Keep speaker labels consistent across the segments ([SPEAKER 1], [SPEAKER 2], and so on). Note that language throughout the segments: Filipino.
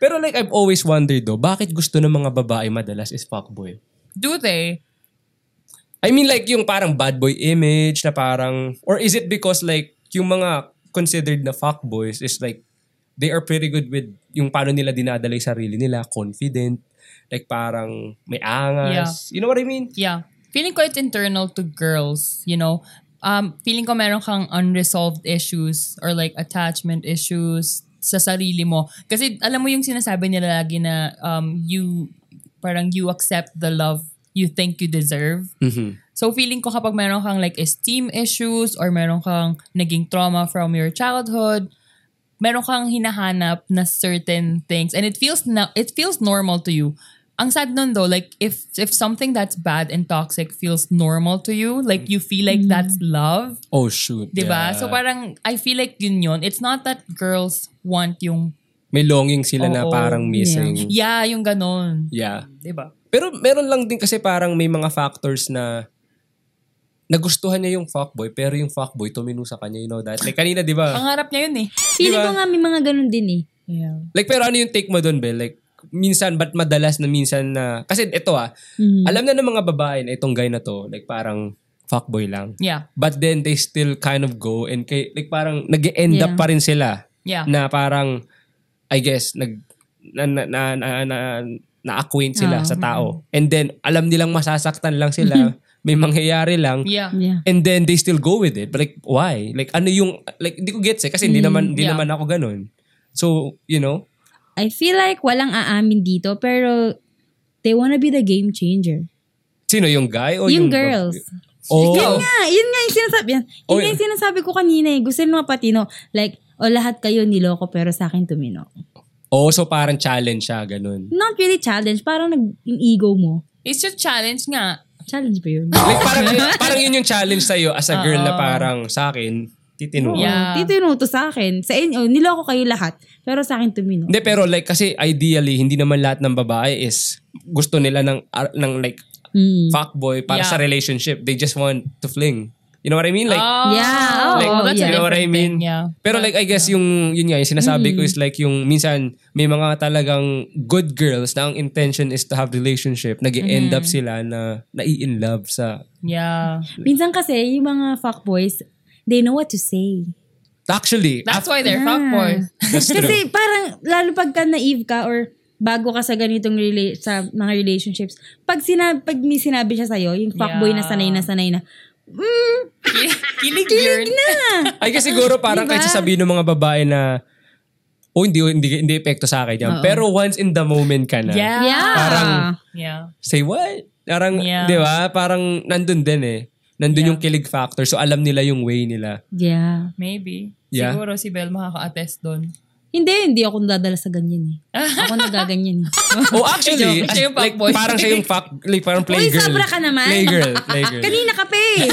[SPEAKER 1] Pero like, I've always wondered though, bakit gusto ng mga babae madalas is fuckboy?
[SPEAKER 2] Do they?
[SPEAKER 1] I mean like, yung parang bad boy image na parang, or is it because like, yung mga considered na fuckboys is like, they are pretty good with yung paano nila dinadala yung sarili nila, confident, like parang may angas. You know what I mean?
[SPEAKER 2] Yeah. Feeling ko it's internal to girls, you know? Um, feeling ko meron kang unresolved issues or like attachment issues sa sarili mo. Kasi alam mo yung sinasabi nila lagi na um, you, parang you accept the love you think you deserve. So feeling ko kapag meron kang like esteem issues or meron kang naging trauma from your childhood, meron kang hinahanap na certain things and it feels na it feels normal to you. Ang sad nun though, like if if something that's bad and toxic feels normal to you, like you feel like
[SPEAKER 3] Mm-hmm.
[SPEAKER 2] that's love,
[SPEAKER 1] Oh shoot.
[SPEAKER 2] 'di ba?
[SPEAKER 1] yeah.
[SPEAKER 2] So parang I feel like yun yun. It's not that girls want yung
[SPEAKER 1] may longing sila na
[SPEAKER 2] Oo.
[SPEAKER 1] parang missing.
[SPEAKER 2] yeah, yung ganon,
[SPEAKER 1] yeah.
[SPEAKER 2] 'di ba?
[SPEAKER 1] Pero meron lang din kasi parang may mga factors na nagustuhan niya yung fuckboy pero yung fuckboy tumino sa kanya, you know that? Like kanina, di ba?
[SPEAKER 2] Pangarap niya yun eh.
[SPEAKER 3] Feeling ko nga may mga ganun din eh.
[SPEAKER 2] Yeah.
[SPEAKER 1] Like pero ano yung take mo doon, Bel? Like minsan, ba't madalas na minsan na, kasi ito ah, alam na ng mga babae na itong guy na to, like parang fuckboy lang.
[SPEAKER 2] Yeah.
[SPEAKER 1] But then they still kind of go and kay, like parang nag end up pa rin sila
[SPEAKER 2] Yeah.
[SPEAKER 1] na parang I guess nag na na na, na, na, na-acquaint sila sa tao. And then alam nilang masasaktan lang sila, may mangyayari lang.
[SPEAKER 2] Yeah.
[SPEAKER 3] Yeah.
[SPEAKER 1] And then they still go with it. But like why? Like ano yung like hindi ko gets eh kasi hindi naman hindi
[SPEAKER 2] yeah.
[SPEAKER 1] naman ako ganun. So, you know,
[SPEAKER 3] I feel like walang aamin dito pero they wanna be the game changer.
[SPEAKER 1] sino yung guy o
[SPEAKER 3] yung,
[SPEAKER 1] yung,
[SPEAKER 3] girls.
[SPEAKER 1] Oh.
[SPEAKER 3] Yun nga, yun nga yung sinasabi. Yan, yun
[SPEAKER 1] Oh,
[SPEAKER 3] nga
[SPEAKER 1] yeah.
[SPEAKER 3] yung sinasabi ko kanina eh. Gusto ng mga patino. Like, o lahat kayo niloko pero sa akin tumino.
[SPEAKER 1] Oh, so parang challenge siya ganun.
[SPEAKER 3] Not really challenge. Parang nag, yung ego mo.
[SPEAKER 2] It's just challenge nga.
[SPEAKER 3] Challenge ba yun?
[SPEAKER 2] Mm.
[SPEAKER 1] Like parang parang yun yung challenge sa as a girl na parang sa akin titino.
[SPEAKER 2] Yeah.
[SPEAKER 3] Dito yung utos sa akin. Sa inyo, niloko kayo lahat. Pero sa akin tumino.
[SPEAKER 1] Hindi, pero like kasi ideally, hindi naman lahat ng babae is gusto nila ng, ar- ng like
[SPEAKER 3] Mm.
[SPEAKER 1] fuckboy para
[SPEAKER 2] Yeah.
[SPEAKER 1] sa relationship. They just want to fling. You know what I mean? Like,
[SPEAKER 2] Oh,
[SPEAKER 3] Yeah,
[SPEAKER 1] like
[SPEAKER 3] oh,
[SPEAKER 2] that's a
[SPEAKER 1] you know what I
[SPEAKER 2] different
[SPEAKER 1] mean?
[SPEAKER 2] thing, yeah.
[SPEAKER 1] Pero like I guess yung yun nga yung sinasabi ko is like yung minsan may mga talagang good girls na ang intention is to have relationship, nag end up sila na nai-in love sa
[SPEAKER 2] Yeah.
[SPEAKER 3] Minsan kasi, yung mga fuckboys, they know what to say.
[SPEAKER 1] Actually,
[SPEAKER 2] That's why they're fuckboys.
[SPEAKER 1] that's true.
[SPEAKER 3] Kasi parang, lalo pagka naive ka or bago ka sa ganitong rela- sa mga relationships, pag, sinab- pag may sinabi siya sa'yo, yung fuckboy na
[SPEAKER 2] Yeah.
[SPEAKER 3] sanay na sanay na, mm,
[SPEAKER 2] Kilig yun.
[SPEAKER 3] na!
[SPEAKER 1] Ay kasi siguro parang
[SPEAKER 3] Diba?
[SPEAKER 1] kahit sasabihin ng mga babae na oh hindi hindi hindi epekto sa akin yan. Pero once in the moment ka na.
[SPEAKER 2] Yeah.
[SPEAKER 3] yeah.
[SPEAKER 1] Parang-
[SPEAKER 2] Yeah.
[SPEAKER 1] say what? Parang,
[SPEAKER 2] Yeah.
[SPEAKER 1] di ba? Parang nandun din eh. Nandun
[SPEAKER 2] Yeah.
[SPEAKER 1] yung kilig factor. So alam nila yung way nila.
[SPEAKER 3] yeah.
[SPEAKER 2] Maybe.
[SPEAKER 1] Yeah.
[SPEAKER 2] Siguro si Bel makaka-attest doon.
[SPEAKER 3] Hindi, hindi ako nadadala sa ganyan eh. Ako nagaganyan eh.
[SPEAKER 1] oh, actually,
[SPEAKER 2] Joke. Siya yung
[SPEAKER 1] like,
[SPEAKER 2] fuckboy.
[SPEAKER 1] parang siya yung fuck, like, parang
[SPEAKER 3] Uy,
[SPEAKER 1] playgirl.
[SPEAKER 3] sobra ka naman.
[SPEAKER 1] Playgirl, playgirl.
[SPEAKER 3] Kanina ka pa eh.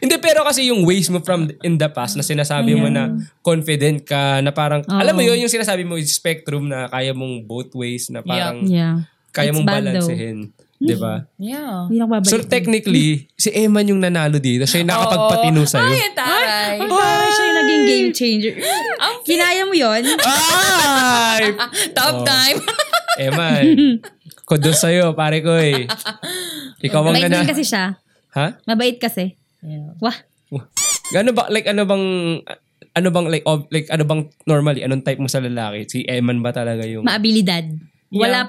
[SPEAKER 1] Hindi, pero kasi yung ways mo from in the past na sinasabi mo na confident ka, na parang, alam mo yun, yung sinasabi mo, yung spectrum na kaya mong both ways, na parang
[SPEAKER 3] yeah.
[SPEAKER 1] kaya
[SPEAKER 3] It's
[SPEAKER 1] mong
[SPEAKER 3] bad though.
[SPEAKER 1] balansehin. Di ba?
[SPEAKER 2] Yeah.
[SPEAKER 3] Hindi na ako babalik.
[SPEAKER 1] So technically, si Eman yung nanalo dito. Siya yung nakapagpatino sa'yo.
[SPEAKER 2] Ay, ang taray.
[SPEAKER 3] Ay, parang siya yung naging game changer. Kinaya mo yun?
[SPEAKER 1] Ay!
[SPEAKER 2] Top time.
[SPEAKER 1] Eh, Eman, kudos sa'yo, pare ko eh. Ikaw ang
[SPEAKER 3] Mabait
[SPEAKER 1] nana...
[SPEAKER 3] din kasi siya.
[SPEAKER 1] Ha?
[SPEAKER 3] Mabait kasi.
[SPEAKER 2] yeah.
[SPEAKER 3] Wah.
[SPEAKER 1] Ano ba, like, ano bang, ano bang, like, ob- like, ano bang normally, anong type mo sa lalaki? Si Eman ba talaga yung...
[SPEAKER 3] Maabilidad. Wala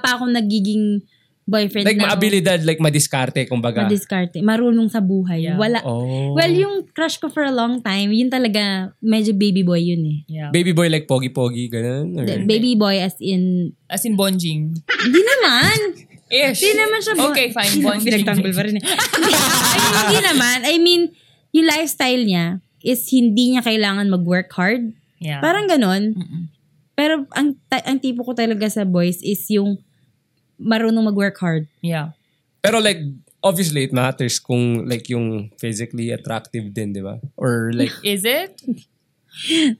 [SPEAKER 2] Yeah.
[SPEAKER 3] pa akong nagiging boyfriend
[SPEAKER 1] like,
[SPEAKER 3] na
[SPEAKER 1] maabilidad, like, madiskarte, kumbaga.
[SPEAKER 3] madiskarte. Marunong sa buhay.
[SPEAKER 2] Yeah.
[SPEAKER 3] Wala.
[SPEAKER 1] oh.
[SPEAKER 3] Well, yung crush ko for a long time, yun talaga, medyo baby boy yun eh.
[SPEAKER 2] yeah.
[SPEAKER 1] Baby boy, like, pogi-pogi, ganun? Or,
[SPEAKER 3] Baby boy as in,
[SPEAKER 2] As in bonjing.
[SPEAKER 3] hindi naman.
[SPEAKER 2] Ish.
[SPEAKER 3] Hindi naman siya bon-
[SPEAKER 2] Okay, fine.
[SPEAKER 3] Hindi naman,
[SPEAKER 2] Bonjing.
[SPEAKER 3] Pinagtanggol pa rin eh. I mean, hindi naman. I mean, yung lifestyle niya is hindi niya kailangan mag-work hard.
[SPEAKER 2] Yeah.
[SPEAKER 3] Parang ganon. Pero ang ta- ang tipo ko talaga sa boys is yung marunong mag-work hard.
[SPEAKER 2] Yeah.
[SPEAKER 1] pero, like, obviously, it matters kung, like, yung physically attractive din, di ba? Or, like,
[SPEAKER 2] Is it?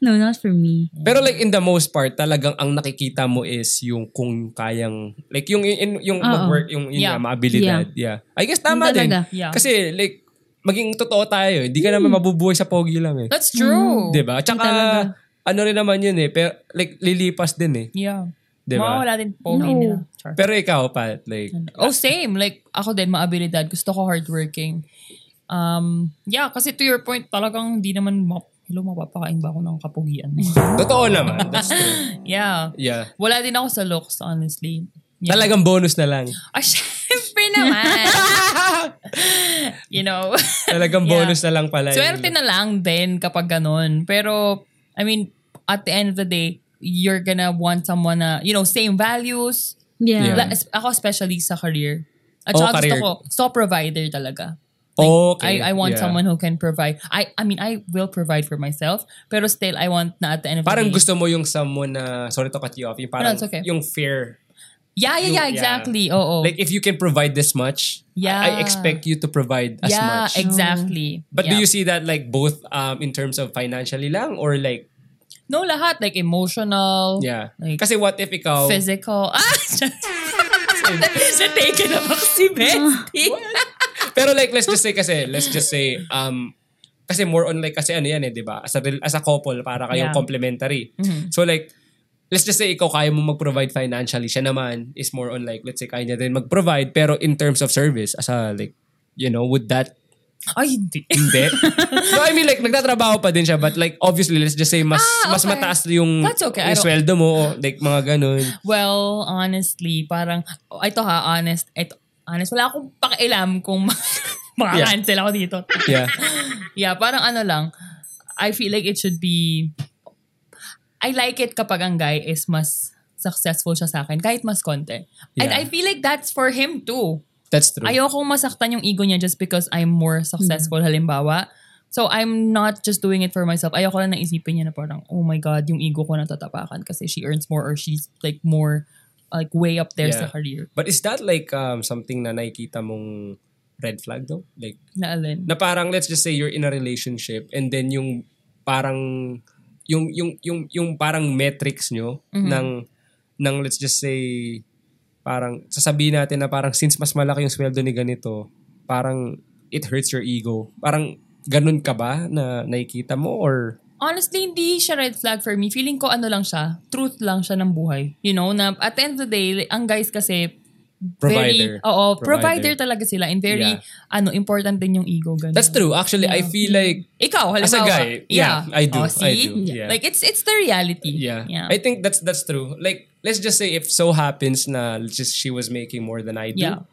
[SPEAKER 3] No, not for me.
[SPEAKER 1] Pero like in the most part, talagang ang nakikita mo is yung kung kayang like yung yung, yung
[SPEAKER 3] Oo.
[SPEAKER 1] mag-work, yung yun
[SPEAKER 2] Yeah.
[SPEAKER 1] nga, maabilidad. Yeah. I guess tama
[SPEAKER 3] Yun
[SPEAKER 1] din.
[SPEAKER 3] talaga.
[SPEAKER 2] Yeah. Hmm.
[SPEAKER 1] Kasi like maging totoo tayo, eh. hindi ka naman mabubuhay sa pogi lang eh.
[SPEAKER 2] That's true.
[SPEAKER 1] 'Di ba? Tsaka ano rin naman yun eh. Pero, like, lilipas din eh.
[SPEAKER 2] Yeah.
[SPEAKER 1] Di ba?
[SPEAKER 2] Mawawala din pogi
[SPEAKER 3] No.
[SPEAKER 2] nila. Char.
[SPEAKER 1] Pero ikaw, Pat, like,
[SPEAKER 2] Oh, same. Like, ako din, maabilidad. Gusto ko hardworking. Um, yeah, kasi to your point, talagang di naman, ma- hello, mapapakain ba ako ng kapugian?
[SPEAKER 1] totoo naman. That's true.
[SPEAKER 2] yeah.
[SPEAKER 1] Yeah.
[SPEAKER 2] Wala din ako sa looks, honestly. Yeah.
[SPEAKER 1] Talagang bonus na lang.
[SPEAKER 2] Ah, syempre naman. you know.
[SPEAKER 1] Talagang
[SPEAKER 2] Yeah.
[SPEAKER 1] bonus na lang pala. yun.
[SPEAKER 2] Swerte na lang din kapag ganun. Pero, I mean, at the end of the day, you're gonna want someone na, you know, same values.
[SPEAKER 1] Yeah.
[SPEAKER 3] Yeah.
[SPEAKER 2] La- es- Ako especially sa career.
[SPEAKER 1] Oh,
[SPEAKER 2] At saka gusto
[SPEAKER 1] career. Oh,
[SPEAKER 2] ko, gusto ko provider talaga.
[SPEAKER 1] Okay.
[SPEAKER 2] I, I want
[SPEAKER 1] Yeah.
[SPEAKER 2] someone who can provide. I I mean, I will provide for myself. Pero still, I want na at the end of
[SPEAKER 1] Parang
[SPEAKER 2] the day.
[SPEAKER 1] gusto mo yung someone na, sorry to cut you off, yung parang,
[SPEAKER 2] No, it's okay.
[SPEAKER 1] yung fair.
[SPEAKER 2] Yeah, yeah, yeah,
[SPEAKER 1] Yeah.
[SPEAKER 2] exactly. Oo.
[SPEAKER 1] Like, if you can provide this much,
[SPEAKER 2] Oh. Yeah.
[SPEAKER 1] I, I expect you to provide as
[SPEAKER 2] yeah,
[SPEAKER 1] much.
[SPEAKER 2] exactly.
[SPEAKER 1] But do you
[SPEAKER 2] Yeah.
[SPEAKER 1] see that like both um in terms of financially lang or like
[SPEAKER 2] No, lahat. Like, emotional.
[SPEAKER 1] yeah.
[SPEAKER 2] Like,
[SPEAKER 1] Kasi what if ikaw
[SPEAKER 2] physical. Ah! Sa taken na ako si Bestie.
[SPEAKER 1] Pero like let's just say kasi let's just say um kasi more on like kasi ano yan eh, 'di ba? As a rel- as a couple para kayong
[SPEAKER 2] Yeah. Mm-hmm.
[SPEAKER 1] complementary. So like let's just say ikaw kaya mo mag-provide financially, siya naman is more on like let's say kaya niya din mag-provide pero in terms of service as a like you know, would that
[SPEAKER 2] Ay, hindi.
[SPEAKER 1] hindi? no, I mean like nagtatrabaho pa din siya but like obviously let's just say mas
[SPEAKER 2] Ah,
[SPEAKER 1] mas
[SPEAKER 2] okay.
[SPEAKER 1] mataas yung,
[SPEAKER 2] That's okay. I
[SPEAKER 1] yung
[SPEAKER 2] don't-
[SPEAKER 1] sweldo mo o, like mga ganun.
[SPEAKER 2] Well, honestly, parang, oh, ito ha, honest, ito, honest, wala akong pakialam kung ma- makakancel ako dito.
[SPEAKER 1] Yeah.
[SPEAKER 2] Yeah, parang ano lang, I feel like it should be, I like it kapag ang guy is mas successful siya sa akin, kahit mas konti. And
[SPEAKER 1] Yeah.
[SPEAKER 2] I feel like that's for him too.
[SPEAKER 1] That's true.
[SPEAKER 2] Ayokong masaktan yung ego niya just because I'm more successful
[SPEAKER 1] Hmm.
[SPEAKER 2] halimbawa. So I'm not just doing it for myself. Ayoko lang naisipin niya na parang, oh my God, yung ego ko natatapakan kasi she earns more or she's like more like way up there
[SPEAKER 1] Yeah.
[SPEAKER 2] sa career.
[SPEAKER 1] But is that like um, something na nakikita mong red flag though? Like,
[SPEAKER 2] Na alin.
[SPEAKER 1] na parang let's just say you're in a relationship and then yung parang yung yung yung yung parang metrics nyo ng ng let's just say parang sasabihin natin na parang since mas malaki yung sweldo ni ganito, parang it hurts your ego. Parang ganun ka ba na nakikita mo or
[SPEAKER 2] Honestly, hindi siya red flag for me. Feeling ko ano lang siya, truth lang siya ng buhay. You know, na at the end of the day, ang guys kasi
[SPEAKER 1] provider?
[SPEAKER 2] Very, oo, provider.
[SPEAKER 1] Provider.
[SPEAKER 2] talaga sila and very
[SPEAKER 1] Yeah.
[SPEAKER 2] ano important din yung ego ganun.
[SPEAKER 1] That's true. Actually, I feel like
[SPEAKER 2] Ikaw,
[SPEAKER 1] As
[SPEAKER 2] halimbawa.
[SPEAKER 1] a guy, yeah, I do, I
[SPEAKER 2] Oh, see?
[SPEAKER 1] do, yeah.
[SPEAKER 2] Like, it's it's the reality.
[SPEAKER 1] Yeah. I think that's that's true. Like let's just say if so happens na let's just she was making more than I do.
[SPEAKER 2] Yeah.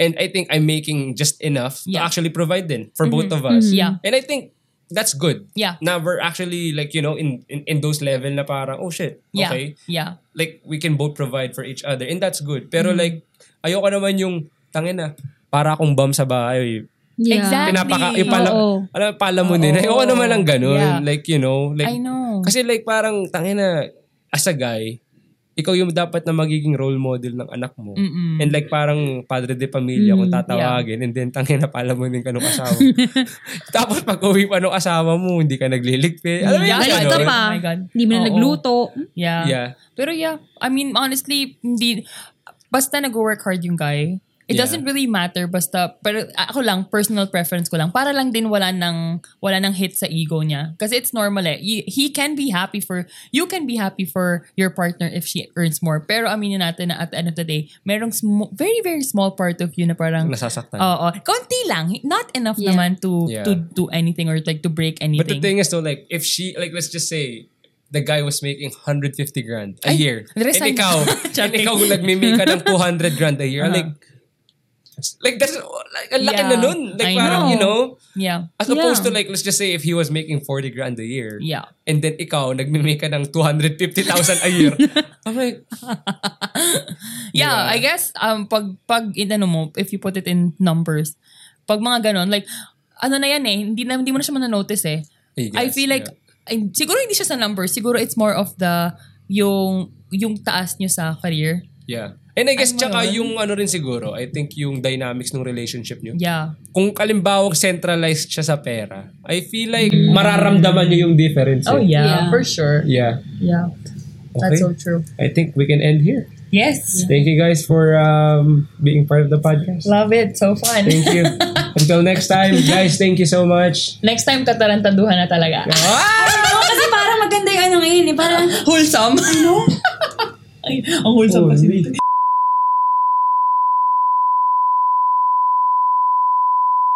[SPEAKER 1] And I think I'm making just enough to
[SPEAKER 2] Yeah.
[SPEAKER 1] actually provide then for both of us.
[SPEAKER 2] Yeah.
[SPEAKER 3] Hmm.
[SPEAKER 1] And I think that's good.
[SPEAKER 2] Yeah.
[SPEAKER 1] Now we're actually like, you know, in in, in those level na parang oh shit.
[SPEAKER 2] Yeah.
[SPEAKER 1] Okay.
[SPEAKER 2] Yeah.
[SPEAKER 1] Like we can both provide for each other and that's good. Pero
[SPEAKER 2] Mm-hmm.
[SPEAKER 1] like ayoko naman yung tangin na para akong bum sa bahay.
[SPEAKER 3] Yeah.
[SPEAKER 2] Exactly.
[SPEAKER 1] Pinapaka yung pala,
[SPEAKER 3] Oo.
[SPEAKER 1] alam, pala mo din.
[SPEAKER 2] Oo.
[SPEAKER 1] Ayoko naman ng ganun.
[SPEAKER 2] Yeah.
[SPEAKER 1] Like, you know, like
[SPEAKER 2] I know.
[SPEAKER 1] kasi like parang tangin na as a guy, ikaw yung dapat na magiging role model ng anak mo.
[SPEAKER 2] Mm-mm. Mm,
[SPEAKER 1] And like parang padre de pamilya kung tatawagin and then tangin na pala mo din kanong asawa. Tapos pag uwi pa nung asawa mo, hindi ka nagliligpit. Alam mo
[SPEAKER 2] Yeah,
[SPEAKER 1] yung
[SPEAKER 3] Galit
[SPEAKER 1] ganun?
[SPEAKER 3] ka pa.
[SPEAKER 2] Oh my God.
[SPEAKER 3] Hindi mo na
[SPEAKER 2] Oo.
[SPEAKER 3] nagluto.
[SPEAKER 2] Yeah.
[SPEAKER 1] Yeah.
[SPEAKER 2] Pero yeah, I mean, honestly, hindi, basta nag-work hard yung guy, it
[SPEAKER 1] Yeah.
[SPEAKER 2] doesn't really matter basta pero ako lang personal preference ko lang para lang din wala ng wala ng hit sa ego niya kasi it's normal eh Y- he can be happy for you can be happy for your partner if she earns more pero aminin natin na at the end of the day merong sm- very very small part of you na parang
[SPEAKER 1] Nasasaktan.
[SPEAKER 2] Oo. Konti lang. Not enough
[SPEAKER 3] Yeah.
[SPEAKER 2] naman to
[SPEAKER 1] Yeah.
[SPEAKER 2] to do anything or like to break anything.
[SPEAKER 1] But the thing is though, like, if she, like, let's just say, the guy was making 150 grand a
[SPEAKER 2] Ay,
[SPEAKER 1] year. And
[SPEAKER 2] resign.
[SPEAKER 1] ikaw, and
[SPEAKER 2] Joking.
[SPEAKER 1] ikaw nagmimik ka ng 200 grand a year.
[SPEAKER 2] Uh-huh.
[SPEAKER 1] Like, like, that's, like, ang laki
[SPEAKER 2] Yeah,
[SPEAKER 1] na nun. Like,
[SPEAKER 2] I
[SPEAKER 1] parang,
[SPEAKER 2] know.
[SPEAKER 1] you know,
[SPEAKER 2] yeah.
[SPEAKER 1] as opposed to
[SPEAKER 3] Yeah.
[SPEAKER 1] like, let's just say, if he was making 40 grand a year.
[SPEAKER 2] Yeah.
[SPEAKER 1] And then ikaw, nagmimik ka ng 250,000 a year. I'm like,
[SPEAKER 2] Yeah,
[SPEAKER 1] Yeah.
[SPEAKER 2] I guess um pag pag inano mo if you put it in numbers, pag mga ganon like ano na yan eh, hindi na hindi mo na siya mananotice eh.
[SPEAKER 1] I,
[SPEAKER 2] I
[SPEAKER 1] guess,
[SPEAKER 2] feel like
[SPEAKER 1] yeah.
[SPEAKER 2] ay, siguro hindi siya sa numbers, siguro it's more of the yung yung taas niyo sa career.
[SPEAKER 1] Yeah. And I guess,
[SPEAKER 2] Ano
[SPEAKER 1] tsaka
[SPEAKER 2] yun?
[SPEAKER 1] yung ano rin siguro, I think yung dynamics ng relationship nyo.
[SPEAKER 2] Yeah.
[SPEAKER 1] Kung kalimbawang centralized siya sa pera, I feel like mararamdaman nyo yung difference.
[SPEAKER 2] Oh,
[SPEAKER 1] eh.
[SPEAKER 3] yeah, Yeah. for
[SPEAKER 2] sure.
[SPEAKER 1] Yeah.
[SPEAKER 2] Yeah.
[SPEAKER 1] That's Okay. so
[SPEAKER 2] true.
[SPEAKER 1] I think we can end here.
[SPEAKER 2] Yes.
[SPEAKER 1] Thank you guys for um, being part of the podcast.
[SPEAKER 2] Love it. So fun.
[SPEAKER 1] Thank you. Until next time, guys, thank you so much.
[SPEAKER 2] Next time katarantaduhan na talaga.
[SPEAKER 3] Oo, kasi parang maganda yung ano ngayon eh, parang,
[SPEAKER 2] Wholesome. Ano? Ay, ang wholesome
[SPEAKER 1] Oh,
[SPEAKER 2] kasi
[SPEAKER 1] hindi.
[SPEAKER 2] dito.